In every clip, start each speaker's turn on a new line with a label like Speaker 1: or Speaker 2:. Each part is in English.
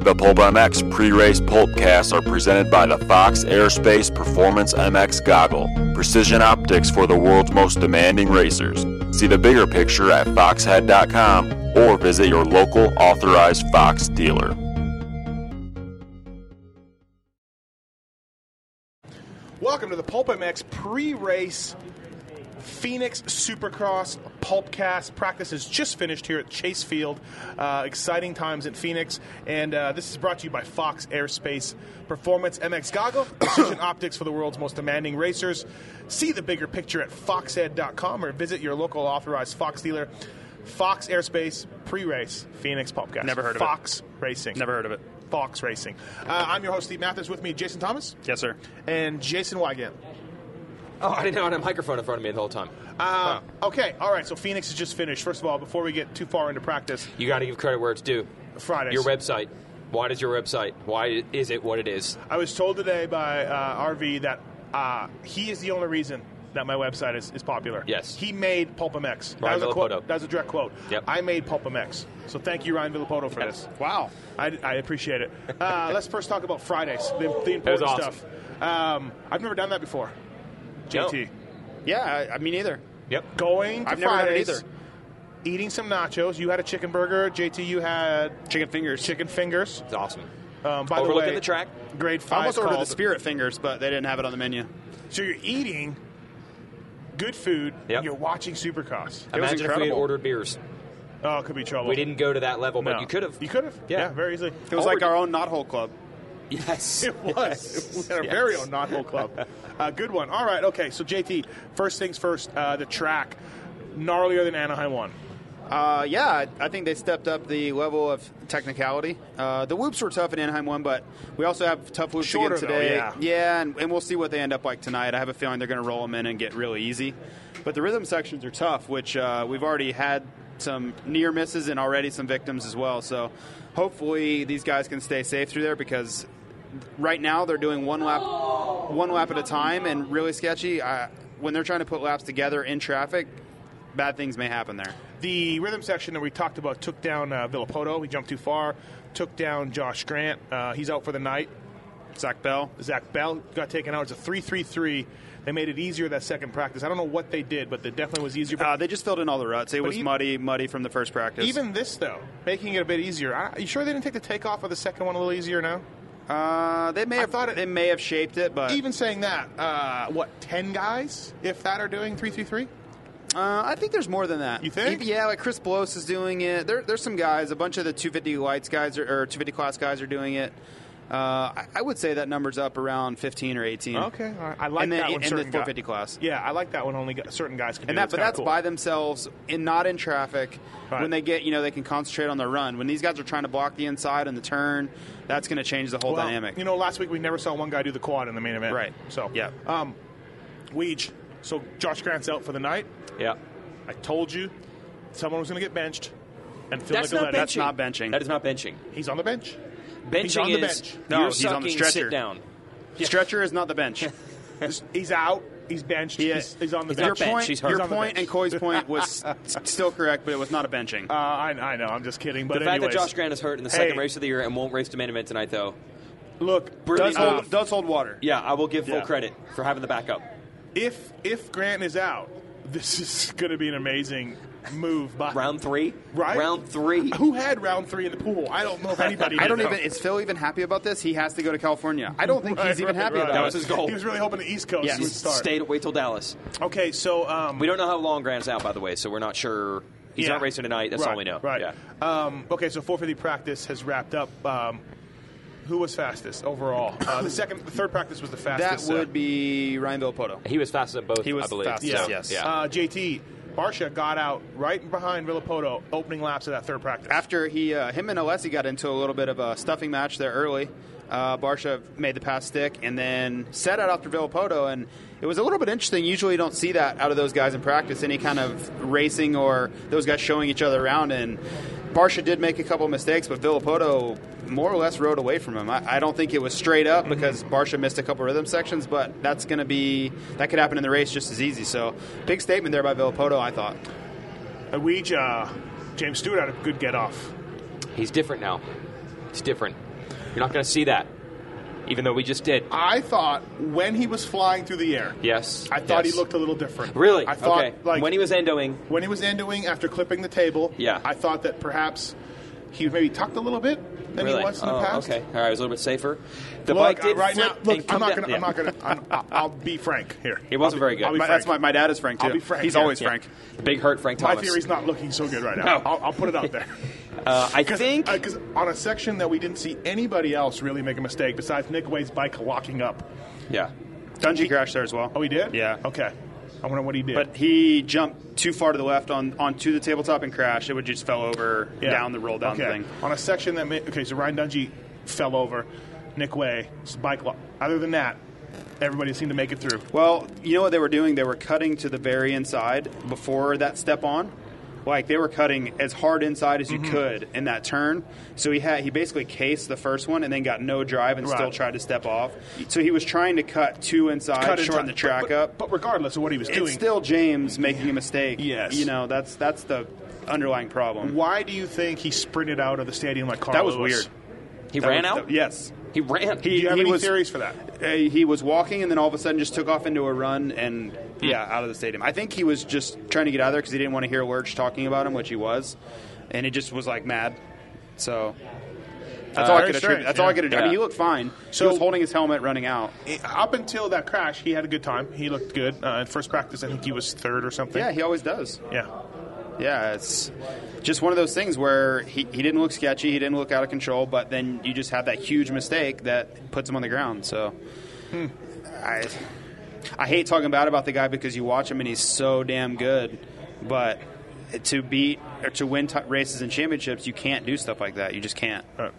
Speaker 1: The Pulp MX pre-race pulpcasts are presented by the Fox Aerospace Performance MX goggle, precision optics for the world's most demanding racers. See the bigger picture at foxhead.com or visit your local authorized Fox dealer.
Speaker 2: Welcome to the Pulp MX pre-race Phoenix Supercross Pulpcast practice has just finished here at Chase Field. Uh, exciting times in Phoenix, and uh, this is brought to you by Fox Airspace Performance MX Goggle, precision optics for the world's most demanding racers. See the bigger picture at foxhead.com or visit your local authorized Fox dealer. Fox Airspace pre-race Phoenix Pulpcast.
Speaker 3: Never heard of it.
Speaker 2: Fox Racing.
Speaker 3: Never heard of it.
Speaker 2: Fox Racing. Uh, I'm your host Steve Mathis. With me, Jason Thomas
Speaker 3: Yes, sir.
Speaker 2: and Jason Wygant.
Speaker 4: Oh, I didn't know I had a microphone in front of me the whole time.
Speaker 2: Uh, okay, all right. So Phoenix is just finished. First of all, before we get too far into practice,
Speaker 4: You got to give credit where it's due.
Speaker 2: Fridays.
Speaker 4: Your website. Why does your website? Why is it what it is?
Speaker 2: I was told today by uh, RV that uh, he is the only reason that my website is, is popular.
Speaker 4: Yes.
Speaker 2: he made Pulpamex. That
Speaker 4: Ryan
Speaker 2: was a quote.
Speaker 4: Villapoto.
Speaker 2: That was a direct quote.
Speaker 4: Yep.
Speaker 2: I made Pulpamex. So thank you, Ryan Villapoto, for this.
Speaker 3: Wow.
Speaker 2: I, I appreciate it. Uh, let's first talk about Fridays, the, the important
Speaker 4: was awesome.
Speaker 2: stuff. Um, I've never done that before. JT,
Speaker 3: Yeah, I, I mean either.
Speaker 4: Yep.
Speaker 2: going to
Speaker 3: I've never done it
Speaker 2: Fridays,
Speaker 3: either.
Speaker 2: eating some nachos. You had a chicken burger. JT, you had
Speaker 3: Chicken fingers.
Speaker 2: chicken fingers.
Speaker 4: It's awesome.
Speaker 2: Um, by the
Speaker 4: Overlooking
Speaker 2: way,
Speaker 4: the track.
Speaker 2: grade
Speaker 3: I
Speaker 2: five.
Speaker 3: almost ordered the
Speaker 2: called-
Speaker 3: spirit fingers, but they didn't have it on the menu.
Speaker 2: So you're eating good food.
Speaker 4: Yep.
Speaker 2: and You're watching Supercross.
Speaker 3: was
Speaker 4: Imagine if we had
Speaker 3: incredible.
Speaker 4: ordered beers.
Speaker 2: Oh, it could be trouble.
Speaker 4: We didn't go to that level,
Speaker 2: No.
Speaker 4: but you could have.
Speaker 2: You could have.
Speaker 4: Yeah.
Speaker 2: Yeah. very easily.
Speaker 3: It was
Speaker 4: All
Speaker 3: like
Speaker 4: we're-
Speaker 3: our own knot hole club.
Speaker 4: Yes.
Speaker 2: It was. We had our very own knot hole club. uh, good one. All right. Okay. So JT, first things first. Uh, the track, gnarlier than Anaheim one.
Speaker 3: Uh, yeah, I- I think they stepped up the level of technicality. Uh, the whoops were tough in Anaheim one, but we also have tough whoops
Speaker 2: Shorter,
Speaker 3: again
Speaker 2: though,
Speaker 3: today.
Speaker 2: yeah.
Speaker 3: and, and we'll see what they end up like tonight. I have a feeling they're going to roll them in and get really easy. But the rhythm sections are tough, which uh, we've already had some near misses and already some victims as well. So hopefully these guys can stay safe through there because right now they're doing one lap one lap at a time and really sketchy. I, when they're trying to put laps together in traffic, bad things may happen there.
Speaker 2: The rhythm section that we talked about took down uh, Villapoto. He jumped too far. Took down Josh Grant. Uh, he's out for the night.
Speaker 3: Zach Bell.
Speaker 2: Zach Bell got taken out. It's a 3 3 3. They made it easier that second practice. I don't know what they did, but it definitely was easier. But
Speaker 3: Uh, they just filled in all the ruts. It was
Speaker 2: e-
Speaker 3: muddy, muddy from the first practice.
Speaker 2: even this, though, making it a bit easier. I, you sure they didn't take the takeoff of the second one a little easier now?
Speaker 3: uh, they may have
Speaker 2: thought
Speaker 3: thought
Speaker 2: it-
Speaker 3: it, they may have shaped it, but
Speaker 2: Even saying that, uh, what, 10 guys, if that, are doing 3 3 3?
Speaker 3: uh, I think there's more than that.
Speaker 2: You think?
Speaker 3: Even- yeah, like Chris Bloss is doing it. There, there's some guys. A bunch of the 250 lights guys are, or 250 class guys are doing it. Uh, I, I would say that number's up around 15 or 18.
Speaker 2: Okay. all right. I like
Speaker 3: and then,
Speaker 2: that one.
Speaker 3: and the
Speaker 2: certain guy-
Speaker 3: 450 class.
Speaker 2: Yeah, I like that one. Only gu- certain guys can do
Speaker 3: And that, but
Speaker 2: kinda
Speaker 3: that's
Speaker 2: cool.
Speaker 3: by themselves and not in traffic.
Speaker 2: Right.
Speaker 3: When they get, you know, they can concentrate on their run. When these guys are trying to block the inside and the turn, that's going to change the whole
Speaker 2: Well,
Speaker 3: dynamic.
Speaker 2: You know, last week we never saw one guy do the quad in the main event.
Speaker 3: Right.
Speaker 2: So,
Speaker 3: Yeah.
Speaker 2: Um, Weege. So, Josh Grant's out for the night.
Speaker 4: Yeah.
Speaker 2: I told you someone was going to get benched. And Phil
Speaker 4: That's not benching.
Speaker 2: Nicoletti-
Speaker 3: That's not benching.
Speaker 4: That is not benching.
Speaker 2: He's on the bench.
Speaker 4: Benching
Speaker 2: He's on the
Speaker 4: is
Speaker 2: bench.
Speaker 3: No,
Speaker 4: you're
Speaker 3: he's on
Speaker 4: sucking,
Speaker 3: the stretcher.
Speaker 4: Sit down.
Speaker 3: Stretcher is not the bench.
Speaker 2: Just- he's out. He's benched.
Speaker 3: He-
Speaker 2: he's, he's on the
Speaker 4: not
Speaker 3: your
Speaker 2: bench.
Speaker 4: bench,
Speaker 3: point,
Speaker 4: he's hurt.
Speaker 2: He's
Speaker 3: your
Speaker 2: on the
Speaker 3: point
Speaker 2: bench.
Speaker 3: and Coy's point was s- still correct, but it was not a benching.
Speaker 2: Uh, I, I know. I'm just kidding. But
Speaker 4: The fact that
Speaker 2: anyways,
Speaker 4: Josh Grant is hurt in the second
Speaker 2: Hey.
Speaker 4: race of the year and won't race to main event tonight, though.
Speaker 2: Look,
Speaker 4: Brilliant.
Speaker 3: does,
Speaker 4: uh,
Speaker 3: hold, does hold water.
Speaker 4: Yeah, I will give
Speaker 2: Yeah.
Speaker 4: full credit for having the backup.
Speaker 2: if if Grant is out, this is going to be an amazing move. By
Speaker 4: Round three.
Speaker 2: Right?
Speaker 4: Round three.
Speaker 2: Who had round three in the pool? I don't know if anybody.
Speaker 3: I
Speaker 2: did,
Speaker 3: don't
Speaker 2: though.
Speaker 3: even. Is Phil even happy about this? He has to go to California. I don't think
Speaker 2: Right,
Speaker 3: he's even
Speaker 2: right,
Speaker 3: happy
Speaker 2: right.
Speaker 3: about
Speaker 4: That
Speaker 3: it.
Speaker 4: was his goal.
Speaker 2: He was really hoping the East Coast
Speaker 3: Yes.
Speaker 2: would start.
Speaker 4: Stayed wait till Dallas.
Speaker 2: Okay, so um,
Speaker 4: We don't know how long Grant's out, by the way, so we're not sure. He's
Speaker 2: yeah.
Speaker 4: not racing tonight. That's
Speaker 2: Right,
Speaker 4: all we know.
Speaker 2: Right.
Speaker 4: Yeah.
Speaker 2: Um, okay, so 450 practice has wrapped up. Um, who was fastest overall? Uh, the second, the third practice was the
Speaker 3: That
Speaker 2: fastest. uh,
Speaker 3: would be Ryan Villopoto.
Speaker 4: He was fastest at both.
Speaker 3: He was
Speaker 4: I believe.
Speaker 3: fastest,
Speaker 4: So,
Speaker 3: yes.
Speaker 4: Yeah.
Speaker 2: Uh, JT Barsha got out right behind Villapoto, opening laps of that third practice.
Speaker 3: After he, uh, him and Alessi got into a little bit of a stuffing match there early. Uh, Barsha made the pass stick and then set out after Villapoto, and it was a little bit interesting. Usually, you don't see that out of those guys in practice, any kind of racing or those guys showing each other around. And Barsha did make a couple of mistakes, but Villapoto more or less rode away from him. I, I don't think it was straight up
Speaker 2: Mm-hmm.
Speaker 3: because Barsha missed a couple rhythm sections, but that's going to be that could happen in the race just as easy. So, big statement there by Villapoto, I thought.
Speaker 2: And we, uh, James Stewart had a good get off.
Speaker 4: He's different now. He's different. You're not going to see that, even though we just did.
Speaker 2: I thought when he was flying through the air,
Speaker 4: Yes.
Speaker 2: I thought
Speaker 4: yes.
Speaker 2: he looked a little different.
Speaker 4: Really?
Speaker 2: I thought
Speaker 4: okay.
Speaker 2: like
Speaker 4: when he was endoing.
Speaker 2: when he was endoing after clipping the table.
Speaker 4: Yeah.
Speaker 2: I thought that perhaps he was maybe tucked a little bit than
Speaker 4: really?
Speaker 2: he was in the
Speaker 4: oh,
Speaker 2: past.
Speaker 4: Okay. All right. It was a little bit safer. The
Speaker 2: Look,
Speaker 4: bike did
Speaker 2: uh, right
Speaker 4: flip
Speaker 2: now. Look,
Speaker 4: and
Speaker 2: I'm
Speaker 4: come
Speaker 2: not
Speaker 4: down-
Speaker 2: gonna.
Speaker 4: yeah.
Speaker 2: I'm not gonna. I'm, I'll- I'll be frank here.
Speaker 4: It wasn't
Speaker 2: I'll be-
Speaker 4: very good.
Speaker 2: I'll be
Speaker 3: My,
Speaker 2: frank.
Speaker 3: that's my, my dad is Frank too.
Speaker 2: I'll be frank,
Speaker 3: He's
Speaker 2: yeah.
Speaker 3: always
Speaker 4: Yeah.
Speaker 3: Frank.
Speaker 4: The big hurt, Frank
Speaker 2: My
Speaker 4: Thomas.
Speaker 2: theory's not looking so good right now.
Speaker 4: No.
Speaker 2: I'll, I'll put it out there.
Speaker 4: Uh, I think.
Speaker 2: because on a section that we didn't see anybody else really make a mistake besides Nick Wade's bike locking up.
Speaker 4: yeah.
Speaker 3: Dungey crashed there as well.
Speaker 2: Oh, he did.
Speaker 3: Yeah.
Speaker 2: Okay. I wonder what he did.
Speaker 3: But he jumped too far to the left on onto the tabletop and crashed. It would just fell over
Speaker 2: Yeah.
Speaker 3: down the roll down
Speaker 2: Okay.
Speaker 3: thing.
Speaker 2: On a section that made, okay, so Ryan Dungey fell over, Nick Way's bike. Lo- Other than that, everybody seemed to make it through.
Speaker 3: Well, you know what they were doing? They were cutting to the very inside before that step on. Like they were cutting as hard inside as you
Speaker 2: Mm-hmm.
Speaker 3: could in that turn. So he had he basically cased the first one and then got no drive and still
Speaker 2: Right.
Speaker 3: tried to step off. So he was trying to cut two inside,
Speaker 2: Cut inside.
Speaker 3: shorten the track
Speaker 2: But- but-
Speaker 3: up.
Speaker 2: But regardless of what he was doing,
Speaker 3: it's still James making a mistake.
Speaker 2: Yes.
Speaker 3: you know that's that's the underlying problem.
Speaker 2: why do you think he sprinted out of the stadium like Carl
Speaker 3: That was
Speaker 2: Lewis?
Speaker 3: weird.
Speaker 4: He
Speaker 3: That
Speaker 4: ran
Speaker 3: was
Speaker 4: out.
Speaker 3: the- yes,
Speaker 4: He ran.
Speaker 2: Do you have
Speaker 3: He
Speaker 2: any
Speaker 3: was-
Speaker 2: theories for that?
Speaker 3: Uh, he was walking and then all of a sudden just took off into a run and yeah out of the stadium i think he was just trying to get out of there because he didn't want to hear lurch talking about him which he was and he just was like mad so that's
Speaker 2: Uh,
Speaker 3: all i
Speaker 2: very
Speaker 3: could
Speaker 2: strange,
Speaker 3: attribute that's all i
Speaker 2: yeah.
Speaker 3: could attribute i
Speaker 4: Yeah.
Speaker 3: mean he looked fine
Speaker 2: So-
Speaker 3: he was holding his helmet running out
Speaker 2: Up until that crash, he had a good time. He looked good. Uh, in first practice, I think he was third or something.
Speaker 3: yeah he always does
Speaker 2: yeah.
Speaker 3: yeah it's just one of those things where he, he didn't look sketchy he didn't look out of control but then you just have that huge mistake that puts him on the ground so
Speaker 2: Hmm.
Speaker 3: I, I hate talking bad about the guy because you watch him and he's so damn good, but to beat or to win t- races and championships, you can't do stuff like that. You just can't.
Speaker 2: Uh,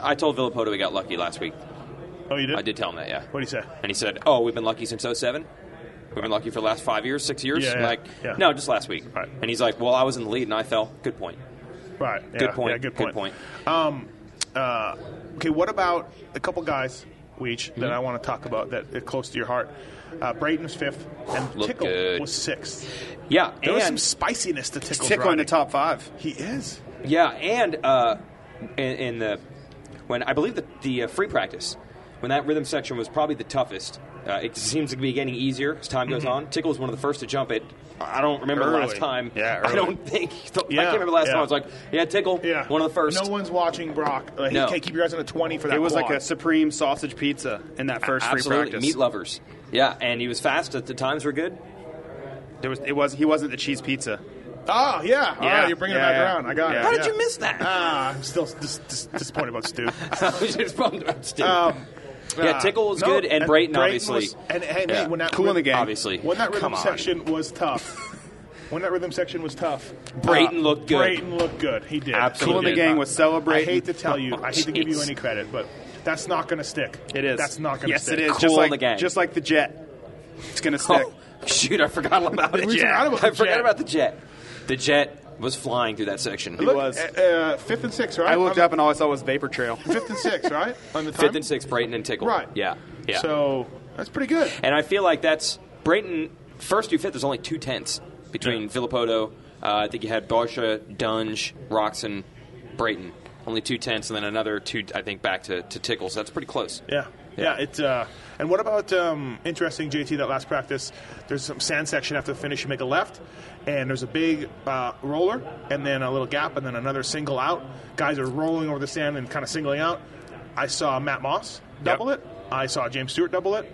Speaker 4: I told Villapoto we got lucky last week.
Speaker 2: oh, you did?
Speaker 4: I did tell him that. Yeah.
Speaker 2: What do you say?
Speaker 4: And he said, "Oh, we've been lucky since 07. We've been lucky for the last five years, six years.
Speaker 2: Yeah, yeah,
Speaker 4: like,
Speaker 2: yeah.
Speaker 4: no, just last week."
Speaker 2: Right.
Speaker 4: And he's like, "Well, I was in the lead and I fell. Good point.
Speaker 2: Right. Yeah,
Speaker 4: Good point.
Speaker 2: Yeah, good
Speaker 4: Good
Speaker 2: point. Um, uh, okay, what about a couple guys, Weech, that
Speaker 4: Mm-hmm.
Speaker 2: I want to talk about that are close to your heart? Uh, Brayton was fifth, and
Speaker 4: Looked
Speaker 2: Tickle
Speaker 4: good.
Speaker 2: was sixth.
Speaker 4: Yeah.
Speaker 2: There was some
Speaker 4: and
Speaker 2: spiciness to Tickle's
Speaker 3: Tickle in
Speaker 2: riding.
Speaker 3: the top five.
Speaker 2: He is.
Speaker 4: yeah, and uh, in, in the when I believe the the uh, free practice when that rhythm section was probably the toughest. Uh, it seems to be getting easier as time
Speaker 2: Mm-hmm.
Speaker 4: goes on. Tickle was one of the first to jump it. I don't remember the
Speaker 3: Early.
Speaker 4: last time.
Speaker 3: Yeah,
Speaker 4: I
Speaker 3: early.
Speaker 4: don't think. I
Speaker 2: Yeah,
Speaker 4: can't remember the last
Speaker 2: yeah.
Speaker 4: time. I was like, yeah, Tickle,
Speaker 2: Yeah.
Speaker 4: one of the first.
Speaker 2: No one's watching Brock. Like,
Speaker 4: No.
Speaker 2: Hey, keep your eyes on the 20 for that
Speaker 3: It was like
Speaker 2: quad.
Speaker 3: a supreme sausage pizza in that first
Speaker 4: Absolutely,
Speaker 3: free practice.
Speaker 4: meat lovers. Yeah, and he was fast. At the times were good.
Speaker 3: There was it was he wasn't the cheese pizza.
Speaker 2: Ah, yeah. All
Speaker 3: Yeah.
Speaker 2: right, you're bringing
Speaker 3: Yeah,
Speaker 2: it back
Speaker 3: yeah.
Speaker 2: around. I got it.
Speaker 3: How
Speaker 4: How did
Speaker 2: yeah.
Speaker 4: you miss that?
Speaker 2: Ah, I'm still dis- dis- disappointed about Stu.
Speaker 4: I was just bummed about Steve.
Speaker 2: Um,
Speaker 4: yeah,
Speaker 2: uh,
Speaker 4: Tickle was
Speaker 2: no,
Speaker 4: good, and, Brayton, obviously.
Speaker 2: was- and hey,
Speaker 4: Yeah.
Speaker 2: man, when that
Speaker 3: Cool in the game.
Speaker 4: obviously.
Speaker 2: When that rhythm
Speaker 4: Come on.
Speaker 2: section was tough. when that rhythm section was tough. Uh,
Speaker 4: Brayton looked good.
Speaker 2: Brayton looked good. He did.
Speaker 4: Absolutely.
Speaker 3: Cool in the
Speaker 4: did.
Speaker 3: gang was
Speaker 2: I
Speaker 3: celebrating.
Speaker 2: hate to tell you. I hate to give you
Speaker 4: Jeez.
Speaker 2: any credit, but that's not going to stick.
Speaker 3: it is.
Speaker 2: That's not going to
Speaker 3: Yes,
Speaker 2: stick.
Speaker 3: it is.
Speaker 4: Cool
Speaker 3: just
Speaker 4: in
Speaker 3: like
Speaker 4: the gang.
Speaker 3: just like the jet. It's gonna stick.
Speaker 4: Oh, shoot, I forgot all about it.
Speaker 2: We forgot about
Speaker 4: I
Speaker 2: the
Speaker 4: forgot
Speaker 2: jet.
Speaker 4: about the jet. The jet was flying through that section.
Speaker 2: Look,
Speaker 3: was.
Speaker 2: Uh, uh, fifth and sixth, right?
Speaker 3: I looked
Speaker 2: On-
Speaker 3: up and all I saw was vapor trail.
Speaker 2: Fifth and sixth, right? On the time?
Speaker 4: Fifth and sixth, Brayton and Tickle.
Speaker 2: Right.
Speaker 4: Yeah. Yeah.
Speaker 2: So that's pretty good.
Speaker 4: and I feel like that's Brayton first through fifth. There's only two tenths between Villapoto. Uh, I think you had Barsha, Dunge, Roxon, Brayton. Only two tenths, and then another two. I think back to, to Tickle. So that's pretty close.
Speaker 2: Yeah. Yeah, it. Uh, and what about um, interesting, JT? That last practice, there's some sand section after the finish. You make a left, and there's a big uh, roller, and then a little gap, and then another single out. Guys are rolling over the sand and kind of singling out. I saw Matt Moss double it. I saw James Stewart double it.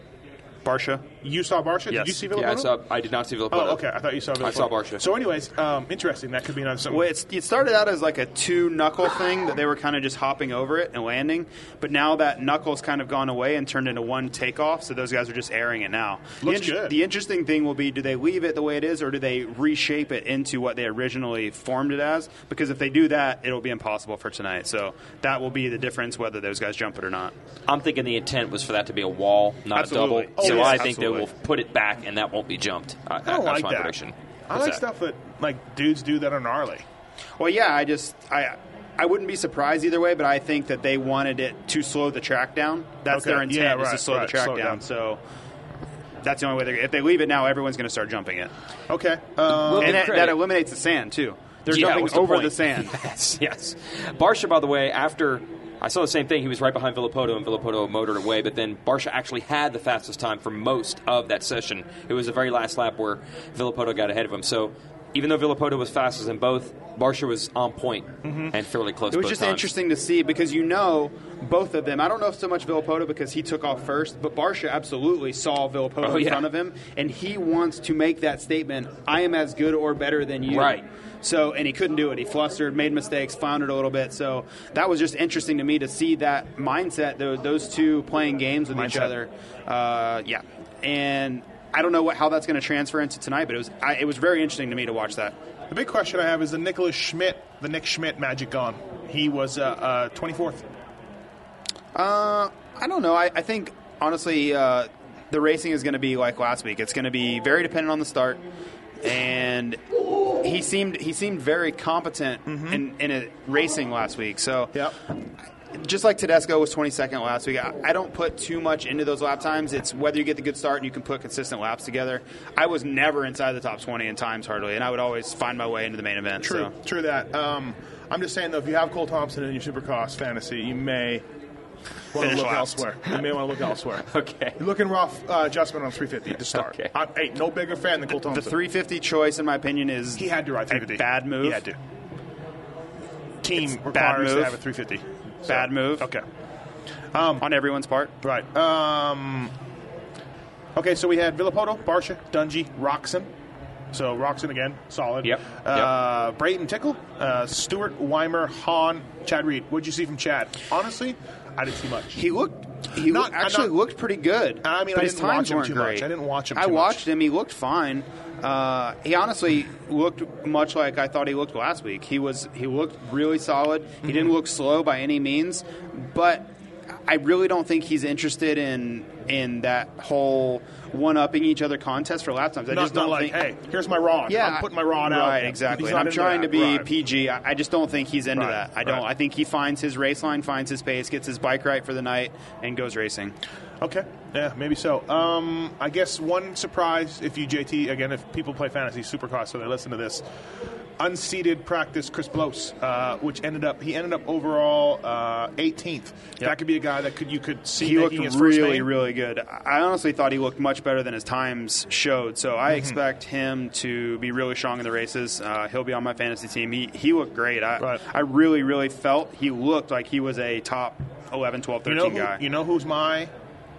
Speaker 3: Barsha.
Speaker 2: You saw Barsha. Did
Speaker 3: Yes.
Speaker 2: you see Villapoto?
Speaker 4: Yeah, I saw. I did not see Villapoto.
Speaker 2: Oh, okay. I thought you saw. Villapoto.
Speaker 4: I saw Barsha.
Speaker 2: So, anyways, um, interesting. That could be another something.
Speaker 3: Well, it's, it started out as like a two knuckle thing that they were kind of just hopping over it and landing, but now that knuckle's kind of gone away and turned into one takeoff, so those guys are just airing it now.
Speaker 2: Looks
Speaker 3: the,
Speaker 2: good.
Speaker 3: the interesting thing will be do they leave it the way it is or do they reshape it into what they originally formed it as? Because if they do that, it'll be impossible for tonight. So that will be the difference whether those guys jump it or not.
Speaker 4: I'm thinking the intent was for that to be a wall, not
Speaker 3: Absolutely.
Speaker 4: a double.
Speaker 3: Oh,
Speaker 4: so
Speaker 3: yes,
Speaker 4: I think
Speaker 3: absolutely.
Speaker 4: they will put it back, and that won't be jumped. I,
Speaker 2: I don't
Speaker 4: that's
Speaker 2: like
Speaker 4: my
Speaker 2: that.
Speaker 4: prediction.
Speaker 2: I
Speaker 4: What's
Speaker 2: like
Speaker 4: that?
Speaker 2: stuff that like dudes do that are gnarly.
Speaker 3: Well, yeah, I just I I wouldn't be surprised either way, but I think that they wanted it to slow the track down. That's
Speaker 2: Okay,
Speaker 3: their intent
Speaker 2: yeah,
Speaker 3: is to
Speaker 2: right,
Speaker 3: slow the
Speaker 2: right,
Speaker 3: track
Speaker 2: slow it
Speaker 3: down.
Speaker 2: down.
Speaker 3: So that's the only way. They're, if they leave it now, everyone's going to start jumping it,
Speaker 2: Okay. Um,
Speaker 4: Well,
Speaker 3: and
Speaker 4: give
Speaker 3: that,
Speaker 4: credit.
Speaker 3: that eliminates the sand too. They're
Speaker 4: Yeah,
Speaker 3: jumping
Speaker 4: what's
Speaker 3: over
Speaker 4: point?
Speaker 3: the sand.
Speaker 4: yes, yes. Barsha, by the way, after I saw the same thing. He was right behind Villapoto, and Villapoto motored away. But then Barsha actually had the fastest time for most of that session. It was the very last lap where Villapoto got ahead of him. So even though Villapoto was faster than both, Barsha was on point and fairly close.
Speaker 3: Mm-hmm. It was
Speaker 4: both
Speaker 3: just
Speaker 4: times.
Speaker 3: interesting to see because you know both of them. I don't know so much Villapoto because he took off first, but Barsha absolutely saw Villapoto
Speaker 4: Oh,
Speaker 3: in
Speaker 4: yeah.
Speaker 3: front of him, and he wants to make that statement: "I am as good or better than you."
Speaker 4: Right.
Speaker 3: So, and he couldn't do it. He flustered, made mistakes, floundered a little bit. So that was just interesting to me to see that mindset. tho- Those two playing games with each
Speaker 2: Mindset.
Speaker 3: other. Uh, yeah, and. I don't know what, how that's going to transfer into tonight, but it was I, it was very interesting to me to watch that.
Speaker 2: The big question I have is the Nicholas Schmidt, the Nick Schmidt magic gone. He was uh, uh, 24th.
Speaker 3: Uh, I don't know. I, I think honestly, uh, the racing is going to be like last week. It's going to be very dependent on the start, and he seemed he seemed very competent in in a racing last week. So
Speaker 2: Mm-hmm. Yep.
Speaker 3: just like Tedesco was 22nd last week, I, I don't put too much into those lap times. It's whether you get the good start and you can put consistent laps together. I was never inside the top 20 in times hardly, and I would always find my way into the main event.
Speaker 2: True,
Speaker 3: So.
Speaker 2: true that. Um, I'm just saying though, if you have Cole Thompson in your Supercross fantasy, you may want to
Speaker 3: Finish
Speaker 2: look
Speaker 3: last.
Speaker 2: elsewhere. You may want to look elsewhere.
Speaker 4: Okay.
Speaker 2: You're looking rough uh, adjustment on 350 to start.
Speaker 4: Okay.
Speaker 2: I'm, hey, no bigger fan than Cole
Speaker 3: The
Speaker 2: Thompson.
Speaker 3: 350 choice, in my opinion, is
Speaker 2: he had to ride 350.
Speaker 3: a bad move.
Speaker 2: He had to. Team requires to
Speaker 3: move.
Speaker 2: have a 350. So-
Speaker 3: Bad move.
Speaker 2: Okay.
Speaker 3: on everyone's part.
Speaker 2: Right. Um, okay, so we had Villapoto, Barsha, Dungy, Roxon. So Roxon again, solid.
Speaker 4: Yep.
Speaker 2: Uh, Brayton Tickle, uh, Stewart, Weimer, Hahn, Chad Reed. What'd you see from Chad? Honestly, I didn't see much.
Speaker 3: He looked. He
Speaker 2: Not-
Speaker 3: loo- actually
Speaker 2: not-
Speaker 3: looked pretty good.
Speaker 2: I mean,
Speaker 3: but
Speaker 2: I
Speaker 3: his
Speaker 2: didn't watch
Speaker 3: times
Speaker 2: him
Speaker 3: weren't
Speaker 2: too much.
Speaker 3: great.
Speaker 2: I didn't watch him
Speaker 3: I
Speaker 2: too much.
Speaker 3: watched him. He looked fine. Uh, he honestly looked much like I thought he looked last week. He was. He looked really solid.
Speaker 2: Mm-hmm.
Speaker 3: He didn't look slow by any means, but I really don't think he's interested in in that whole one-upping each other contest for lap times. I
Speaker 2: Not,
Speaker 3: just
Speaker 2: not
Speaker 3: don't
Speaker 2: like,
Speaker 3: think,
Speaker 2: hey, here's my rod.
Speaker 3: yeah,
Speaker 2: I'm putting my rod out.
Speaker 3: Right, exactly.
Speaker 2: He's
Speaker 3: And
Speaker 2: not
Speaker 3: I'm
Speaker 2: into
Speaker 3: trying
Speaker 2: that.
Speaker 3: to be
Speaker 2: Right.
Speaker 3: PG. I I just don't think he's into
Speaker 2: Right,
Speaker 3: that. I don't.
Speaker 2: right.
Speaker 3: I think he finds his race line, finds his pace, gets his bike right for the night, and goes racing.
Speaker 2: Okay. Yeah, maybe so. Um, I guess one surprise if you JT again, if people play fantasy supercross, so they listen to this. Unseeded practice Chris Blos, uh, which ended up he ended up overall uh, 18th. That could be a guy that could you could see
Speaker 3: He looked
Speaker 2: making his first
Speaker 3: really,
Speaker 2: main.
Speaker 3: really good. I honestly thought he looked much better than his times showed. So I
Speaker 2: Mm-hmm.
Speaker 3: expect him to be really strong in the races. Uh, he'll be on my fantasy team. He he looked great. I
Speaker 2: Right.
Speaker 3: I really, really felt he looked like he was a top 11, 12, 13
Speaker 2: You know, who,
Speaker 3: guy.
Speaker 2: you know who's my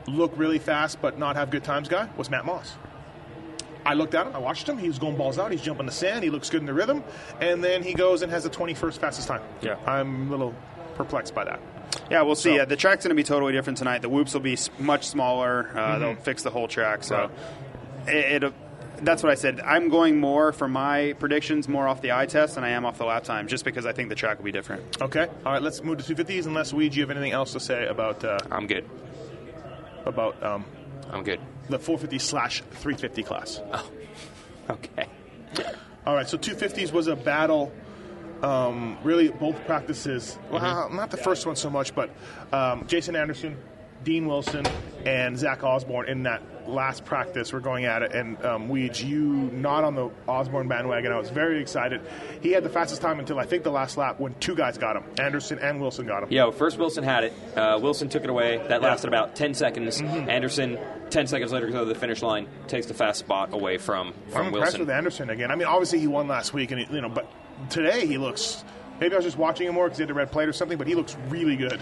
Speaker 2: look really fast but not have good times guy was Matt Moss. I looked at him, I watched him. He was going balls out. He's jumping the sand. He looks good in the rhythm, and then he goes and has the 21st fastest time.
Speaker 3: Yeah.
Speaker 2: I'm a little perplexed by that.
Speaker 3: Yeah, we'll see.
Speaker 2: So-
Speaker 3: Yeah, the track's going to be totally different tonight. The whoops will be s- much smaller. Uh, They'll fix the whole track. So it, it, that's what I said. I'm going more for my predictions, more off the eye test than I am off the lap time, just because I think the track will be different.
Speaker 2: Okay. All right. Let's move to 250s. Unless Ouija, you have anything else to say about uh,
Speaker 4: I'm good.
Speaker 2: about um,
Speaker 4: I'm good.
Speaker 2: the 450 slash 350 class?
Speaker 4: Okay.
Speaker 2: All right. So 250s was a battle. Um, really, both practices. Well, uh, not the first one so much, but um, Jason Anderson, Dean Wilson, and Zach Osborne in that last practice were going at it. And um, Weege, you not on the Osborne bandwagon. I was very excited. He had the fastest time until I think the last lap when two guys got him. Anderson and Wilson got him.
Speaker 4: Yeah, first Wilson had it. Uh, Wilson took it away. That lasted about 10 seconds.
Speaker 2: Mm-hmm.
Speaker 4: Anderson, 10 seconds later, goes over the finish line, takes the fast spot away from, from
Speaker 2: I'm impressed
Speaker 4: Wilson.
Speaker 2: with Anderson again. I mean, obviously he won last week, and he, you know, but today he looks. Maybe I was just watching him more because he had the red plate or something, but he looks really good.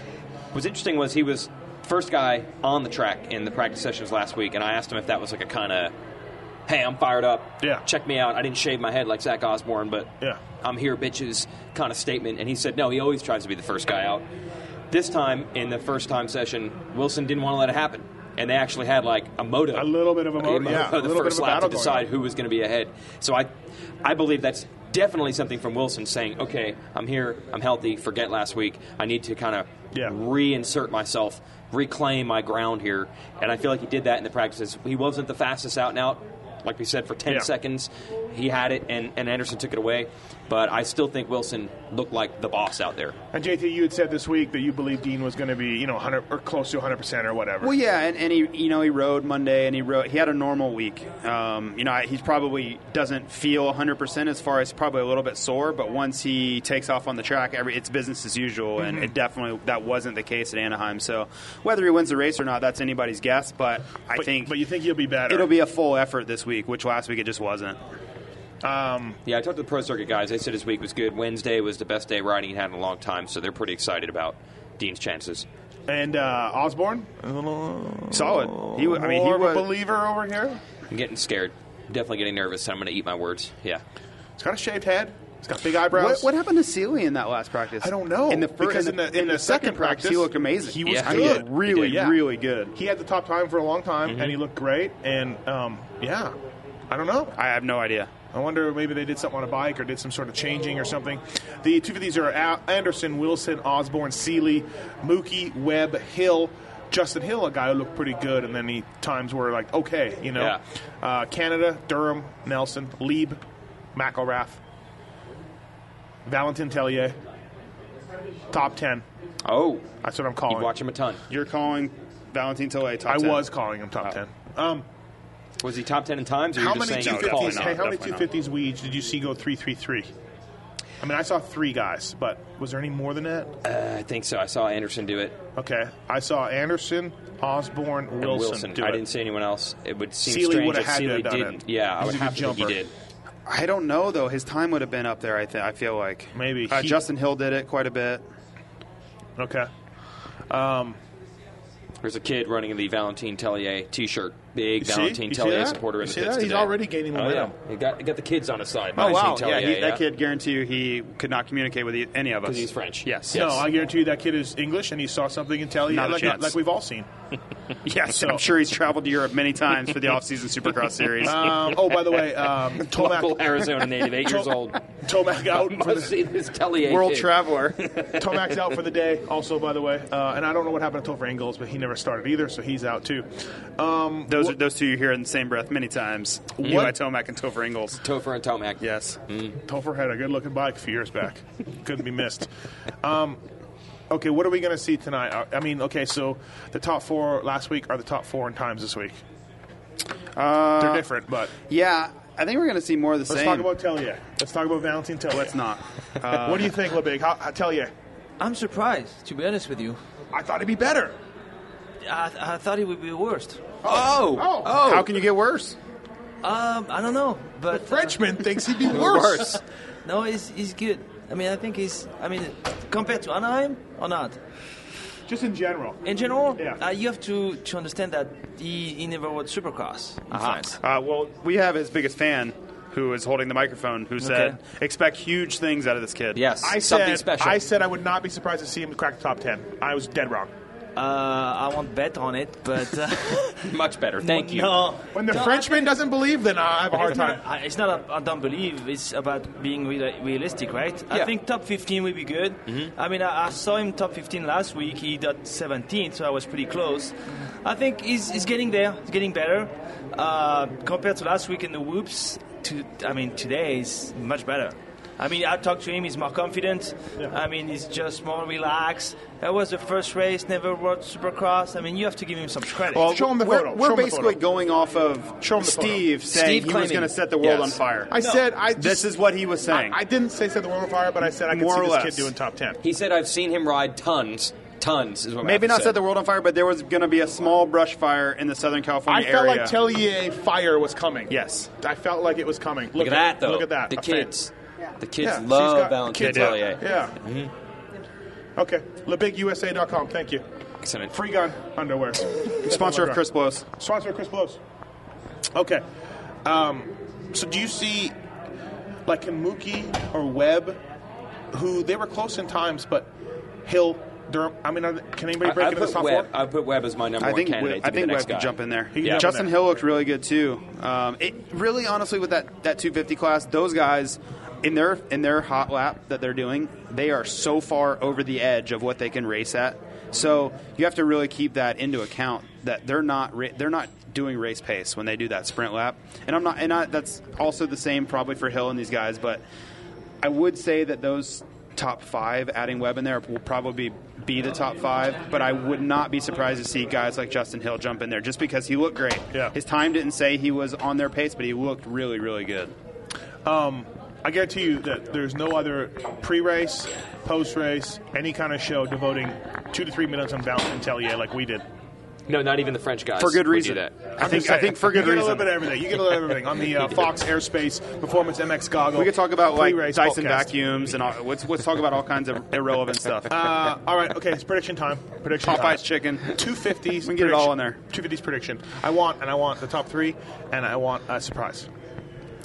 Speaker 4: What's interesting was he was first guy on the track in the practice sessions last week, and I asked him if that was like a kind of, hey, I'm fired up.
Speaker 2: Yeah.
Speaker 4: Check me out. I didn't shave my head like Zach Osborne, but
Speaker 2: Yeah.
Speaker 4: I'm here, bitches, kind of statement. And he said, no, he always tries to be the first guy out. This time, in the first time session, Wilson didn't want to let it happen. And they actually had like a
Speaker 2: A
Speaker 4: moto.
Speaker 2: little bit of a moto,
Speaker 4: moto
Speaker 2: yeah, a
Speaker 4: the
Speaker 2: little bit
Speaker 4: first
Speaker 2: of a
Speaker 4: lap
Speaker 2: battle
Speaker 4: to
Speaker 2: going on.
Speaker 4: decide who was going to be ahead. So I, I believe that's definitely something from Wilson saying, okay, I'm here, I'm healthy, forget last week. I need to kind of
Speaker 2: Yeah.
Speaker 4: reinsert myself, reclaim my ground here. And I feel like he did that in the practices. He wasn't the fastest out and out like we said, for 10
Speaker 2: Yeah.
Speaker 4: seconds. He had it, and, and Anderson took it away. But I still think Wilson looked like the boss out there.
Speaker 2: And JT, you had said this week that you believe Dean was going to be, you know, 100 or close to 100 percent or whatever.
Speaker 3: Well, yeah, and, and he you know he rode Monday and he rode he had a normal week. Um, you know I- he's probably doesn't feel 100 percent as far as probably a little bit sore, but once he takes off on the track, every it's business as usual, and it definitely that wasn't the case at Anaheim. So whether he wins the race or not, that's anybody's guess. But I
Speaker 2: but,
Speaker 3: think
Speaker 2: but you think he'll be better?
Speaker 3: it'll be a full effort this week, which last week it just wasn't.
Speaker 4: Yeah, I talked to the pro circuit guys. They said his week was good. Wednesday was the best day riding he'd had in a long time, so they're pretty excited about Dean's chances.
Speaker 2: and uh, Osborne,
Speaker 3: Solid. He, wa- I mean, he
Speaker 2: more of
Speaker 3: was.
Speaker 2: a believer over here.
Speaker 4: I'm getting scared. I'm definitely getting nervous, and I'm going to eat my words. Yeah.
Speaker 2: He's got a shaved head. He's got big eyebrows.
Speaker 3: What, what happened to Sealy in that last practice?
Speaker 2: I don't know,
Speaker 3: In the fir-
Speaker 2: because
Speaker 3: in the,
Speaker 2: in the- in the second practice,
Speaker 3: he looked amazing.
Speaker 2: he was
Speaker 4: Yeah.
Speaker 3: I mean,
Speaker 2: good.
Speaker 3: really,
Speaker 2: He did, yeah.
Speaker 3: really good.
Speaker 2: He had the top time for a long time, and he
Speaker 3: Mm-hmm.
Speaker 2: looked great. And um, yeah, I don't know.
Speaker 3: I have no idea.
Speaker 2: I wonder maybe they did something on a bike or did some sort of changing or something. The two of these are Al- Anderson, Wilson, Osborne, Seeley, Mookie, Webb, Hill. Justin Hill, a guy who looked pretty good, and then he times were like okay, you know.
Speaker 4: Yeah.
Speaker 2: Uh, Canada, Durham, Nelson, Lieb, McElrath, Valentin Tellier, top ten.
Speaker 4: Oh,
Speaker 2: That's what I'm
Speaker 4: you
Speaker 2: calling.
Speaker 4: watch him a ton.
Speaker 3: You're calling Valentin Tillay top
Speaker 2: I
Speaker 3: 10.
Speaker 2: was calling him top ten. Um,
Speaker 4: Was he top 10 in times, or
Speaker 2: how
Speaker 4: you're just
Speaker 2: many
Speaker 4: saying
Speaker 2: two
Speaker 4: you're calling
Speaker 2: fifties?
Speaker 4: him?
Speaker 2: Hey, how many
Speaker 3: definitely
Speaker 2: two
Speaker 3: not.
Speaker 2: fifties weeds did you see go three three three? I mean, I saw three guys, but was there any more than that?
Speaker 4: I think so. I saw Anderson do it.
Speaker 2: Okay, I saw Anderson, Osborne,
Speaker 4: and
Speaker 2: Wilson.
Speaker 4: Wilson.
Speaker 2: do
Speaker 4: I
Speaker 2: it.
Speaker 4: didn't see anyone else. It would seem
Speaker 2: Seeley
Speaker 4: strange
Speaker 2: would've
Speaker 4: if
Speaker 2: had to
Speaker 4: Seeley
Speaker 2: have done it.
Speaker 4: didn't. Yeah, I
Speaker 2: He's
Speaker 4: would
Speaker 2: a
Speaker 4: have
Speaker 2: good
Speaker 4: to think he
Speaker 2: jumper.
Speaker 4: did.
Speaker 3: I don't know though. His time would have been up there. I think. I feel like
Speaker 2: Maybe.
Speaker 3: uh,
Speaker 2: He-
Speaker 3: Justin Hill did it quite a bit.
Speaker 2: Okay,
Speaker 4: There's a kid running in the Valentine Tellier T-shirt. Big
Speaker 2: You see?
Speaker 4: Valentine
Speaker 2: You see
Speaker 4: Tellier
Speaker 2: that?
Speaker 4: supporter
Speaker 2: You
Speaker 4: in the
Speaker 2: see
Speaker 4: pits
Speaker 2: that? He's
Speaker 4: today.
Speaker 2: already gaining
Speaker 4: Oh,
Speaker 2: momentum. Oh,
Speaker 4: yeah. He got, he got the kids on his side.
Speaker 3: Oh, yeah,
Speaker 4: Valentine
Speaker 3: he,
Speaker 4: Tellier,
Speaker 3: that kid guarantee you he could not communicate with e- any of us
Speaker 4: 'Cause he's French.
Speaker 3: Yes.
Speaker 4: Yeah.
Speaker 2: no, I guarantee you that kid is English, and he saw something in Telly
Speaker 3: Not a
Speaker 2: like,
Speaker 3: chance.
Speaker 2: like we've all seen.
Speaker 3: Yes.
Speaker 2: So-
Speaker 3: I'm sure he's traveled to Europe many times for the off-season Supercross series.
Speaker 2: Um, oh, by the way, um,
Speaker 4: Local
Speaker 2: Tomac,
Speaker 4: Arizona native, eight years old.
Speaker 2: Tomac out for
Speaker 4: Must
Speaker 2: the,
Speaker 4: see this Tellier
Speaker 3: World
Speaker 4: kid.
Speaker 3: traveler.
Speaker 2: Tomac's out for the day. Also, by the way, uh, and I don't know what happened to Topher Ingles, but he never started either, so he's out too. Um,
Speaker 3: those are those two you hear in the same breath many times. What? Eli Tomac and Topher Ingles.
Speaker 4: Topher and Tomac.
Speaker 3: Yes.
Speaker 2: Topher had a good looking bike a few years back. Couldn't be missed. Um, okay, what are we going to see tonight? Uh, I mean, okay, so the top four last week are the top four in times this week. They're different, but
Speaker 3: Yeah. I think we're going to see more of the
Speaker 2: Uh, let's
Speaker 3: same.
Speaker 2: talk about Tellier. Let's talk about Valentine Tellier.
Speaker 3: Let's not.
Speaker 2: what do you think, LeBig? How, how Tellier?
Speaker 5: I'm surprised, to be honest with you.
Speaker 2: I thought he'd be better.
Speaker 5: I, I thought it would be worst.
Speaker 4: Oh,
Speaker 2: Oh.
Speaker 3: How can you get worse?
Speaker 5: Um, I don't know, but uh,
Speaker 2: Frenchman thinks he'd be worse.
Speaker 5: no, he's, he's good. I mean, I think he's. I mean, compared to Anaheim or not.
Speaker 2: Just in general.
Speaker 5: In general,
Speaker 2: Yeah.
Speaker 5: uh, you have to, to understand that he, he never rode Supercross in France.
Speaker 3: Uh, well, we have his biggest fan who is holding the microphone who said, expect huge things out of this kid.
Speaker 4: Yes,
Speaker 2: I
Speaker 4: something
Speaker 2: said,
Speaker 4: special.
Speaker 2: I said I would not be surprised to see him crack the top 10. I was dead wrong.
Speaker 5: Uh, I won't bet on it, but uh,
Speaker 4: Much better. Thank you.
Speaker 5: No,
Speaker 2: When the
Speaker 5: No, I
Speaker 2: Frenchman doesn't believe, then I have a hard
Speaker 5: It's
Speaker 2: time.
Speaker 5: not, I- it's not a, I don't believe. It's about being real, realistic, right?
Speaker 4: Yeah.
Speaker 5: I think top 15 will be good.
Speaker 2: Mm-hmm.
Speaker 5: I mean, I, I saw him top 15 last week. He got 17, so I was pretty close. I think he's, he's getting there. He's getting better uh, compared to last week in the whoops. To I mean, today is much better. I mean, I talked to him. He's more confident. I mean, he's just more relaxed. That was the first race. Never rode Supercross. I mean, you have to give him some credit.
Speaker 2: Show him the
Speaker 3: we're,
Speaker 2: photo.
Speaker 3: We're
Speaker 2: Show him the
Speaker 3: basically
Speaker 2: photo.
Speaker 3: going off of
Speaker 2: Show him the photo.
Speaker 3: Steve saying
Speaker 4: Steve
Speaker 3: he was
Speaker 4: claiming-
Speaker 3: going to set the world
Speaker 4: Yes.
Speaker 3: on fire.
Speaker 2: I said I. Just,
Speaker 3: this is what he was saying.
Speaker 2: I, I didn't say set the world on fire, but I said I could
Speaker 3: More
Speaker 2: see
Speaker 3: or
Speaker 2: this
Speaker 3: less.
Speaker 2: kid doing top ten.
Speaker 4: He said, "I've seen him ride tons, tons." Is what
Speaker 3: Maybe
Speaker 4: Matthew
Speaker 3: not
Speaker 4: said.
Speaker 3: set the world on fire, but there was going to be a small brush fire in the
Speaker 2: I
Speaker 3: Southern California
Speaker 2: felt
Speaker 3: area.
Speaker 2: like Tellier fire was coming.
Speaker 3: Yes.
Speaker 2: I felt like it was coming.
Speaker 4: Look at that, though.
Speaker 2: Look at that.
Speaker 4: The
Speaker 2: A fan.
Speaker 4: kids. The kids
Speaker 2: Yeah, she's got-
Speaker 4: love
Speaker 2: the
Speaker 4: Valentine
Speaker 2: kids-
Speaker 4: Tellier.
Speaker 2: Yeah. Okay. LeBigUSA.com. Thank you.
Speaker 4: Excellent.
Speaker 2: Mm-hmm. Free gun underwear.
Speaker 3: Sponsor of Chris Blows.
Speaker 2: Sponsor of Chris Blows. Okay. Um, so do you see, like, in Mookie or Webb, who they were close in times, but Hill, Durham. I mean, are they- can anybody break
Speaker 4: I, I
Speaker 2: into this
Speaker 4: put
Speaker 2: top
Speaker 4: Webb.
Speaker 2: four?
Speaker 4: I put Webb as my number
Speaker 3: I think
Speaker 4: one candidate.
Speaker 3: Webb,
Speaker 4: to
Speaker 3: I
Speaker 4: be the
Speaker 3: think
Speaker 4: next
Speaker 3: Webb could
Speaker 4: guy.
Speaker 3: jump in there.
Speaker 2: He could Yeah. jump in
Speaker 3: Justin
Speaker 2: there.
Speaker 3: Hill looked really good too. Um, it really, honestly, with that, that 250 class, those guys in their in their hot lap that they're doing, they are so far over the edge of what they can race at. So you have to really keep that into account that they're not ra- they're not doing race pace when they do that sprint lap. And I'm not and I, that's also the same probably for Hill and these guys, but I would say that those top five, adding Webb in there, will probably be the top five. But I would not be surprised to see guys like Justin Hill jump in there just because he looked great.
Speaker 2: Yeah.
Speaker 3: His time didn't say he was on their pace, but he looked really, really good.
Speaker 2: I guarantee you that there's no other pre-race, post-race, any kind of show devoting two to three minutes on Valentin Tellier like we did.
Speaker 4: No, not even the French guys.
Speaker 3: For good
Speaker 4: would
Speaker 3: reason.
Speaker 4: Do that.
Speaker 3: I
Speaker 2: I'm
Speaker 3: think
Speaker 2: just saying,
Speaker 3: I think for good
Speaker 2: you get
Speaker 3: reason.
Speaker 2: a little bit of everything. You get a little bit of everything on the uh, Fox Airspace Performance MX goggle.
Speaker 3: we could talk about like
Speaker 2: pre-race
Speaker 3: Dyson
Speaker 2: podcast.
Speaker 3: vacuums and all, let's let's talk about all kinds of irrelevant stuff.
Speaker 2: Uh, all right, okay, it's prediction time. Prediction time.
Speaker 3: Popeye's chicken.
Speaker 2: 250s.
Speaker 3: We can get it all in there.
Speaker 2: 250s prediction. I want, and I want the top three, and I want a surprise.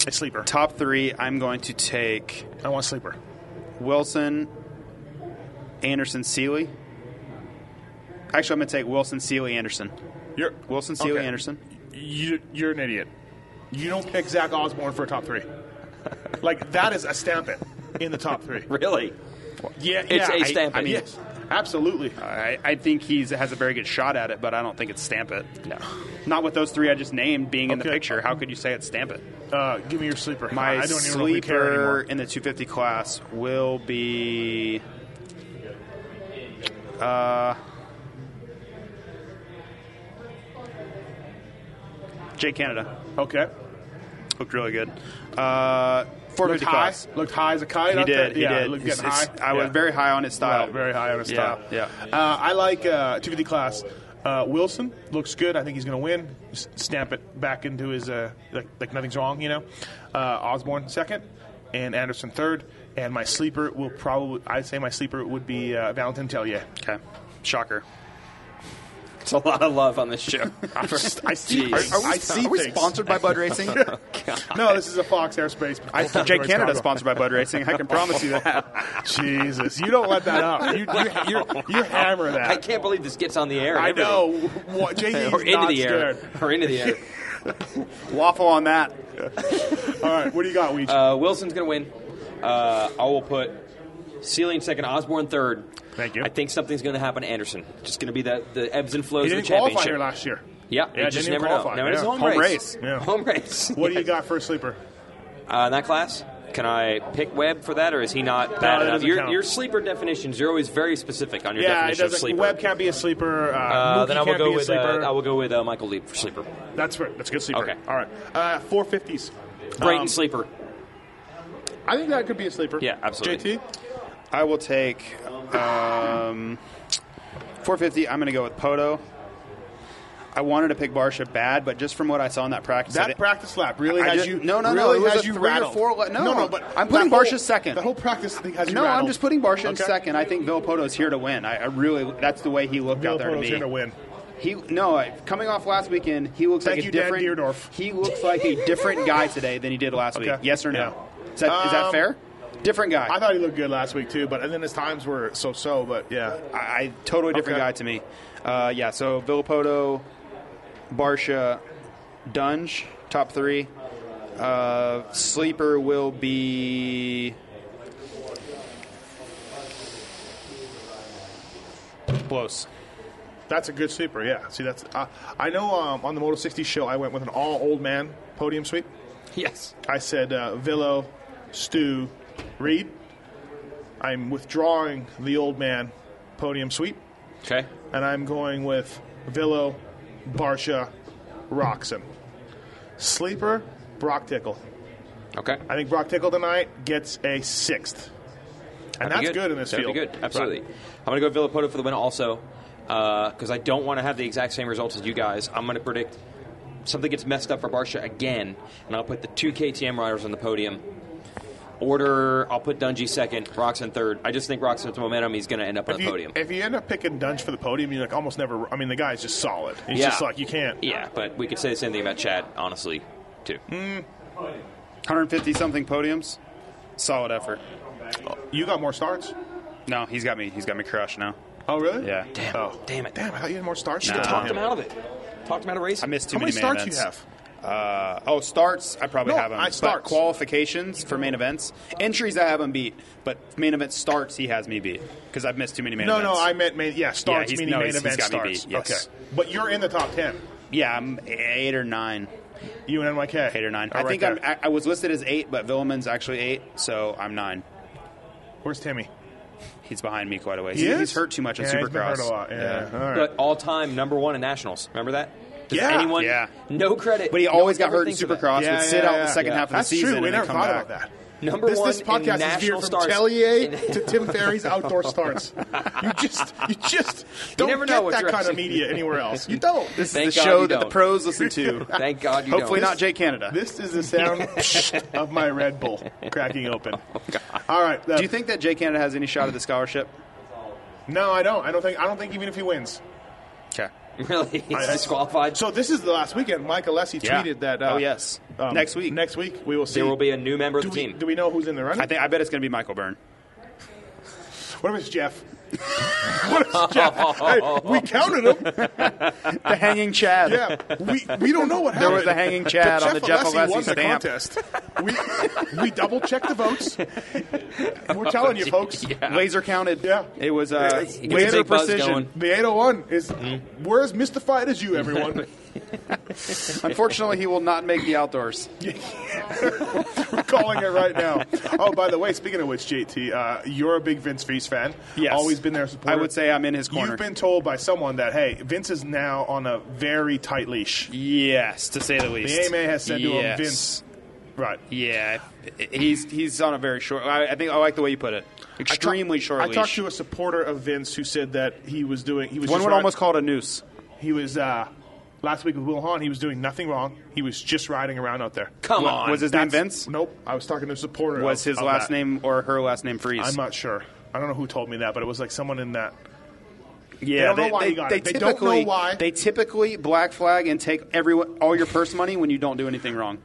Speaker 2: A sleeper.
Speaker 3: Top three. I'm going to take
Speaker 2: I want a sleeper.
Speaker 3: Wilson, Anderson, Seeley. Actually, I'm going to take Wilson, Seeley, Anderson.
Speaker 2: You're
Speaker 3: Wilson, Seeley,
Speaker 2: Okay.
Speaker 3: Anderson.
Speaker 2: You, you're an idiot. You don't pick Zach Osborne for a top three. like that is a stamp it in the top three.
Speaker 4: Really?
Speaker 2: Yeah,
Speaker 4: It's
Speaker 2: yeah,
Speaker 4: a stamp
Speaker 2: I, I
Speaker 4: it.
Speaker 2: mean, yes, absolutely.
Speaker 3: I, I think he's has a very good shot at it, but I don't think it's stamp it. No, not with those three I just named being in the
Speaker 2: Okay.
Speaker 3: picture. How could you say it's stamp it?
Speaker 2: Uh, give me your sleeper.
Speaker 3: My
Speaker 2: I don't even know if we care
Speaker 3: sleeper
Speaker 2: anymore.
Speaker 3: in the 250 class will be. Uh, Jay Canada
Speaker 2: Okay,
Speaker 3: looked really good. Uh, 450
Speaker 2: looked high.
Speaker 3: class.
Speaker 2: Looked high as a kite.
Speaker 3: He
Speaker 2: out there.
Speaker 3: did. He
Speaker 2: yeah,
Speaker 3: did.
Speaker 2: Looked
Speaker 3: It's-
Speaker 2: getting
Speaker 3: it's-
Speaker 2: high.
Speaker 3: I was
Speaker 2: Yeah.
Speaker 3: very high on his style.
Speaker 2: Right, very high on his
Speaker 3: Yeah,
Speaker 2: style.
Speaker 3: yeah.
Speaker 2: Uh, I like uh, 250 class. Uh, Wilson looks good. I think he's going to win. S- stamp it back into his uh, like, like nothing's wrong, you know. Uh, Osborne second, and Anderson third. And my sleeper will probably I'd say my sleeper would be uh, Valentin Tellier.
Speaker 3: Okay. Shocker.
Speaker 4: It's a lot of love on this show.
Speaker 2: I see.
Speaker 4: Jeez.
Speaker 2: I, I see
Speaker 6: Are we
Speaker 2: things.
Speaker 6: sponsored by Bud Racing?
Speaker 2: No, this is a Fox airspace.
Speaker 3: I, Jay Canada sponsored by Bud Racing. I can promise you that.
Speaker 2: Jesus, you don't let that up. You you, you, you hammer that.
Speaker 4: I can't believe this gets on the air. and
Speaker 2: I
Speaker 4: everything.
Speaker 2: know. What, JD 's
Speaker 4: Or into
Speaker 2: not
Speaker 4: the air.
Speaker 2: scared.
Speaker 4: Or into the air.
Speaker 3: Waffle on that.
Speaker 2: All right, what do you got, Weech?
Speaker 4: Uh, Wilson's going to win. Uh, I will put Sealy in second, Osborne third.
Speaker 2: Thank you.
Speaker 4: I think something's going to happen to Anderson. Just going to be that the ebbs and flows
Speaker 2: he
Speaker 4: of
Speaker 2: didn't
Speaker 4: the
Speaker 2: qualify
Speaker 4: championship.
Speaker 2: here last year.
Speaker 4: yeah,
Speaker 2: Yeah,
Speaker 4: you just
Speaker 2: didn't even
Speaker 4: never know.
Speaker 2: qualify.
Speaker 4: No, it is
Speaker 2: Yeah.
Speaker 4: a home,
Speaker 3: Home
Speaker 4: race.
Speaker 3: race.
Speaker 2: Yeah.
Speaker 4: Home race.
Speaker 2: What do you got for a sleeper?
Speaker 4: Uh, in that class, can I pick Webb for that, or is he not
Speaker 2: that
Speaker 4: bad enough?
Speaker 2: doesn't
Speaker 4: Your,
Speaker 2: count.
Speaker 4: your sleeper definitions, you're always very specific on your
Speaker 2: Yeah, it
Speaker 4: definition of
Speaker 2: doesn't.
Speaker 4: sleeper.
Speaker 2: Webb can't be a sleeper. Uh,
Speaker 4: uh,
Speaker 2: Mookie
Speaker 4: then I will
Speaker 2: can't
Speaker 4: go
Speaker 2: be a
Speaker 4: with uh,
Speaker 2: sleeper. Um,
Speaker 4: I will go with uh, Michael Leap for sleeper.
Speaker 2: That's right. That's a good sleeper.
Speaker 4: Okay.
Speaker 2: All right. Uh, 450s.
Speaker 4: Brighton
Speaker 2: Um,
Speaker 4: sleeper.
Speaker 2: I think that could be a sleeper.
Speaker 4: Yeah, absolutely.
Speaker 2: JT?
Speaker 3: I will take um, 450. I'm going to go with Poto. I wanted to pick Barsha bad, but just from what I saw in that practice, I
Speaker 2: That
Speaker 3: didn't-
Speaker 2: practice lap really
Speaker 3: I
Speaker 2: has
Speaker 3: just-
Speaker 2: you.
Speaker 3: no, no, no,
Speaker 2: really
Speaker 3: it was
Speaker 2: has
Speaker 3: a
Speaker 2: you
Speaker 3: three or
Speaker 2: rattled.
Speaker 3: four la- no.
Speaker 2: no, no. But
Speaker 3: I'm putting
Speaker 2: that whole-
Speaker 3: Barsha second.
Speaker 2: The whole practice thing has you
Speaker 3: no, I'm
Speaker 2: rattled.
Speaker 3: just putting Barsha in
Speaker 2: Okay.
Speaker 3: second. I think Villapoto's here to win. I, I really that's the way he looked
Speaker 2: Bill
Speaker 3: out there to
Speaker 2: Poto's
Speaker 3: me.
Speaker 2: here to win.
Speaker 3: He no, I- coming off last weekend, he looks
Speaker 2: Thank
Speaker 3: like
Speaker 2: you,
Speaker 3: a
Speaker 2: Dan
Speaker 3: different.
Speaker 2: Dierdorf.
Speaker 3: He looks like a different guy today than he did last
Speaker 2: Okay.
Speaker 3: week. Yes or no?
Speaker 2: Yeah.
Speaker 3: Is, that, is that
Speaker 2: Um,
Speaker 3: fair? Different guy.
Speaker 2: I thought he looked good last week too, but and then his times were so-so. But yeah,
Speaker 3: I, I totally different
Speaker 2: Okay.
Speaker 3: guy to me. Uh, yeah, so Villapoto, Barsha, Dunge, top three. Uh, sleeper will be. Close.
Speaker 2: That's a good sleeper. Yeah. See, that's uh, I know um, on the Moto 60 show I went with an all old man podium sweep.
Speaker 4: Yes.
Speaker 2: I said uh, Villo, Stu, Reed. I'm withdrawing the old man podium sweep,
Speaker 4: Okay.
Speaker 2: and I'm going with Villo, Barsha, Roxon. Sleeper, Brock Tickle.
Speaker 4: Okay.
Speaker 2: I think Brock Tickle tonight gets a sixth. And that's
Speaker 4: That'd be
Speaker 2: good. in this
Speaker 4: That'd
Speaker 2: field.
Speaker 4: Be good, absolutely. I'm going to go Villapoto for the win also because I don't want to have the exact same results as you guys. I'm going to predict something gets messed up for Barsha again, and I'll put the two KTM riders on the podium. Order, I'll put Dungy second, Roxon third. I just think Roxon's momentum, he's going to end up on
Speaker 2: If
Speaker 4: the
Speaker 2: you,
Speaker 4: podium.
Speaker 2: if you end up picking Dunge for the podium, you like almost never. I mean, the guy's just solid. He's
Speaker 4: Yeah.
Speaker 2: just like you can't.
Speaker 4: yeah, but we could say the same thing about Chad, honestly, too.
Speaker 2: Mm.
Speaker 3: 150 something podiums. Solid effort.
Speaker 2: You got more starts.
Speaker 3: No, he's got me. He's got me crushed now.
Speaker 2: Oh, really?
Speaker 3: Yeah.
Speaker 4: Damn,
Speaker 2: Oh.
Speaker 4: damn it.
Speaker 2: Damn, I thought you had more starts.
Speaker 3: Nah.
Speaker 2: than
Speaker 4: Talked
Speaker 2: him.
Speaker 4: him out of it. Talked him out of racing.
Speaker 3: I missed too
Speaker 2: How many
Speaker 3: many man
Speaker 2: starts you
Speaker 3: events.
Speaker 2: have?
Speaker 3: Uh, oh, starts I probably
Speaker 2: No,
Speaker 3: have him.
Speaker 2: I-
Speaker 3: But
Speaker 2: starts.
Speaker 3: qualifications for main events, entries I have him beat, but main event starts he has me beat because I've missed too many main
Speaker 2: No,
Speaker 3: events.
Speaker 2: no, I meant main. Yeah, starts
Speaker 3: he's-
Speaker 2: meaning
Speaker 3: no,
Speaker 2: main
Speaker 3: he's-
Speaker 2: event
Speaker 3: he's got me
Speaker 2: starts.
Speaker 3: beat, yes.
Speaker 2: Okay, but you're in the top ten.
Speaker 3: yeah, I'm eight or nine,
Speaker 2: You and NYK,
Speaker 3: eight or nine.
Speaker 2: Are
Speaker 3: I
Speaker 2: right
Speaker 3: think
Speaker 2: there.
Speaker 3: I'm, I, I was listed as eight, but Villeman's actually eight, so I'm nine.
Speaker 2: Where's Timmy?
Speaker 3: He's behind me quite a ways.
Speaker 2: He
Speaker 3: He's-
Speaker 2: is?
Speaker 3: he's hurt too much in
Speaker 2: yeah,
Speaker 3: Supercross.
Speaker 2: He's been hurt a lot. Yeah, all right.
Speaker 4: But all time number one in nationals. Remember that? Does
Speaker 2: Yeah.
Speaker 4: anyone?
Speaker 3: Yeah.
Speaker 4: No credit.
Speaker 3: But he
Speaker 4: No
Speaker 3: always
Speaker 4: one
Speaker 3: got
Speaker 4: ever
Speaker 3: hurt in
Speaker 4: thinks of that.
Speaker 3: Supercross,
Speaker 2: Yeah, yeah,
Speaker 3: would sit out
Speaker 2: yeah,
Speaker 3: the second
Speaker 2: yeah.
Speaker 3: half of
Speaker 2: That's
Speaker 3: the season,
Speaker 2: true. We
Speaker 3: and
Speaker 2: never
Speaker 3: then come
Speaker 2: thought
Speaker 3: back.
Speaker 2: about that.
Speaker 4: Number
Speaker 2: this,
Speaker 4: one
Speaker 2: this podcast
Speaker 4: in
Speaker 2: is
Speaker 4: national
Speaker 2: veered from
Speaker 4: stars.
Speaker 2: Tellier to Tim Ferry's outdoor starts. You just, you just don't
Speaker 4: never
Speaker 2: get
Speaker 4: know what
Speaker 2: that kind
Speaker 4: direction-
Speaker 2: of media anywhere else. You don't.
Speaker 3: This
Speaker 4: Thank
Speaker 3: is the
Speaker 4: God
Speaker 3: show
Speaker 4: you
Speaker 3: that the
Speaker 4: don't.
Speaker 3: pros listen to.
Speaker 4: Thank God you
Speaker 3: Hopefully
Speaker 4: don't.
Speaker 3: not Jay Canada.
Speaker 2: This is the sound of my Red Bull cracking open. All right. uh,
Speaker 3: Oh, Do you think that Jay Canada has any shot at the scholarship?
Speaker 2: No, I don't. I don't think. I don't think even if he wins.
Speaker 3: Okay.
Speaker 4: Really, he's
Speaker 2: I- I-
Speaker 4: disqualified.
Speaker 2: So this is the last weekend. Mike Alessi tweeted that. Uh,
Speaker 3: oh yes.
Speaker 2: um,
Speaker 3: Next week.
Speaker 2: Next week we will see.
Speaker 4: there will be a new member of
Speaker 2: do,
Speaker 4: the
Speaker 2: we,
Speaker 4: team.
Speaker 2: do we know who's in the running?
Speaker 3: I think I bet it's going to be Michael Byrne.
Speaker 2: what if it's Jeff? what if it's Jeff? Hey, we counted him.
Speaker 3: the hanging Chad.
Speaker 2: Yeah, we, we don't know what
Speaker 3: There
Speaker 2: happened.
Speaker 3: was a hanging Chad
Speaker 2: But
Speaker 3: on the Jeff
Speaker 2: Alessi won
Speaker 3: Alessi stamp.
Speaker 2: the contest. We we double checked the votes. We're telling you, folks.
Speaker 3: Laser counted.
Speaker 2: Yeah.
Speaker 3: It was uh,
Speaker 2: It's-
Speaker 4: Get the
Speaker 3: laser
Speaker 4: big buzz
Speaker 3: precision.
Speaker 4: going.
Speaker 2: The 801 is
Speaker 3: Mm-hmm.
Speaker 2: we're as mystified as you, everyone.
Speaker 3: Unfortunately, he will not make the outdoors.
Speaker 2: We're calling it right now. Oh, by the way, speaking of which, JT, uh, you're a big Vince Freeze fan.
Speaker 3: Yes.
Speaker 2: always been there. Supporter.
Speaker 3: I would say I'm in his corner.
Speaker 2: You've been told by someone that hey, Vince is now on a very tight leash.
Speaker 3: Yes, to say the least.
Speaker 2: The AMA has said to him,
Speaker 3: Yes.
Speaker 2: Vince. Right.
Speaker 3: Yeah, he's he's on a very short. I, I think I like the way you put it. Extremely
Speaker 2: I ta-
Speaker 3: short.
Speaker 2: I
Speaker 3: leash.
Speaker 2: talked to a supporter of Vince who said that he was doing. He was
Speaker 3: One
Speaker 2: just
Speaker 3: would
Speaker 2: riding-
Speaker 3: almost call it a noose.
Speaker 2: He was uh, last week with Will Hahn. He was doing nothing wrong. He was just riding around out there.
Speaker 4: Come
Speaker 3: Wa-
Speaker 4: on.
Speaker 3: Was his name Vince?
Speaker 2: Nope. I was talking to a supporter.
Speaker 3: Was
Speaker 2: of-
Speaker 3: his
Speaker 2: of
Speaker 3: last
Speaker 2: that.
Speaker 3: name or her last name Freeze?
Speaker 2: I'm not sure. I don't know who told me that, but it was like someone in that.
Speaker 3: yeah,
Speaker 2: don't know why he got it. They don't know
Speaker 3: typically-
Speaker 2: why.
Speaker 3: They typically black flag and take everyone all your purse money when you don't do anything wrong.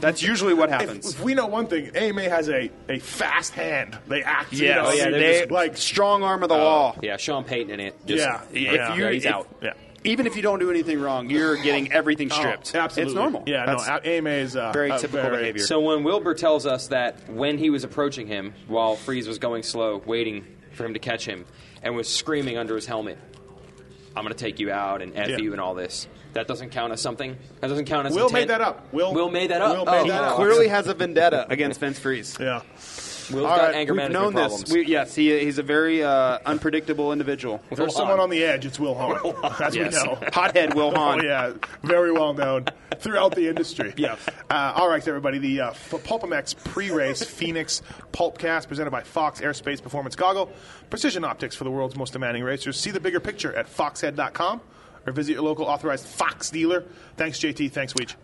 Speaker 3: That's usually what
Speaker 2: If,
Speaker 3: happens.
Speaker 2: if we know one thing, AMA has a, a fast hand. They act. you
Speaker 3: yeah,
Speaker 2: know,
Speaker 4: oh, yeah,
Speaker 2: they
Speaker 4: they're
Speaker 2: just, like
Speaker 3: strong arm of the law.
Speaker 4: Oh, Yeah, Sean Payton in it. Just,
Speaker 2: Oh. Yeah.
Speaker 3: If
Speaker 2: Yeah.
Speaker 3: you,
Speaker 4: Yeah, he's
Speaker 3: if-
Speaker 4: out.
Speaker 2: Yeah.
Speaker 3: Even if you don't do anything wrong, you're getting everything
Speaker 2: oh,
Speaker 3: stripped.
Speaker 2: absolutely.
Speaker 3: It's normal.
Speaker 2: Yeah,
Speaker 3: That's-
Speaker 2: no, AMA is uh,
Speaker 3: very
Speaker 2: uh,
Speaker 3: typical behavior.
Speaker 4: So when Wilbur tells us that when he was approaching him, while Freeze was going slow, waiting for him to catch him, and was screaming under his helmet, "I'm going to take you out and f
Speaker 2: Yeah.
Speaker 4: you and all this," that doesn't count as something. That doesn't count as
Speaker 2: Will made
Speaker 4: intent?
Speaker 2: that up. Will-
Speaker 4: Will made that up.
Speaker 2: Will made
Speaker 4: Oh,
Speaker 2: that up.
Speaker 3: clearly has a vendetta against Vince Freeze.
Speaker 2: Yeah.
Speaker 4: Will's
Speaker 3: All
Speaker 4: got
Speaker 3: right,
Speaker 4: anger
Speaker 3: Uh, we've
Speaker 4: management
Speaker 3: known
Speaker 4: problems.
Speaker 3: this. We, yes, he, he's a very uh, unpredictable individual.
Speaker 2: If there's someone on the edge, it's Will Hahn. As
Speaker 3: Yes.
Speaker 2: we know.
Speaker 3: Hothead Will Hahn.
Speaker 2: Oh, yeah. Very well known throughout the industry. Yeah. Uh, all right, everybody. The uh, F- Pulpamex pre race Phoenix Pulpcast presented by Fox Airspace Performance Goggle, precision optics for the world's most demanding racers. See the bigger picture at foxhead.com or visit your local authorized Fox dealer. Thanks, JT. Thanks, Weech.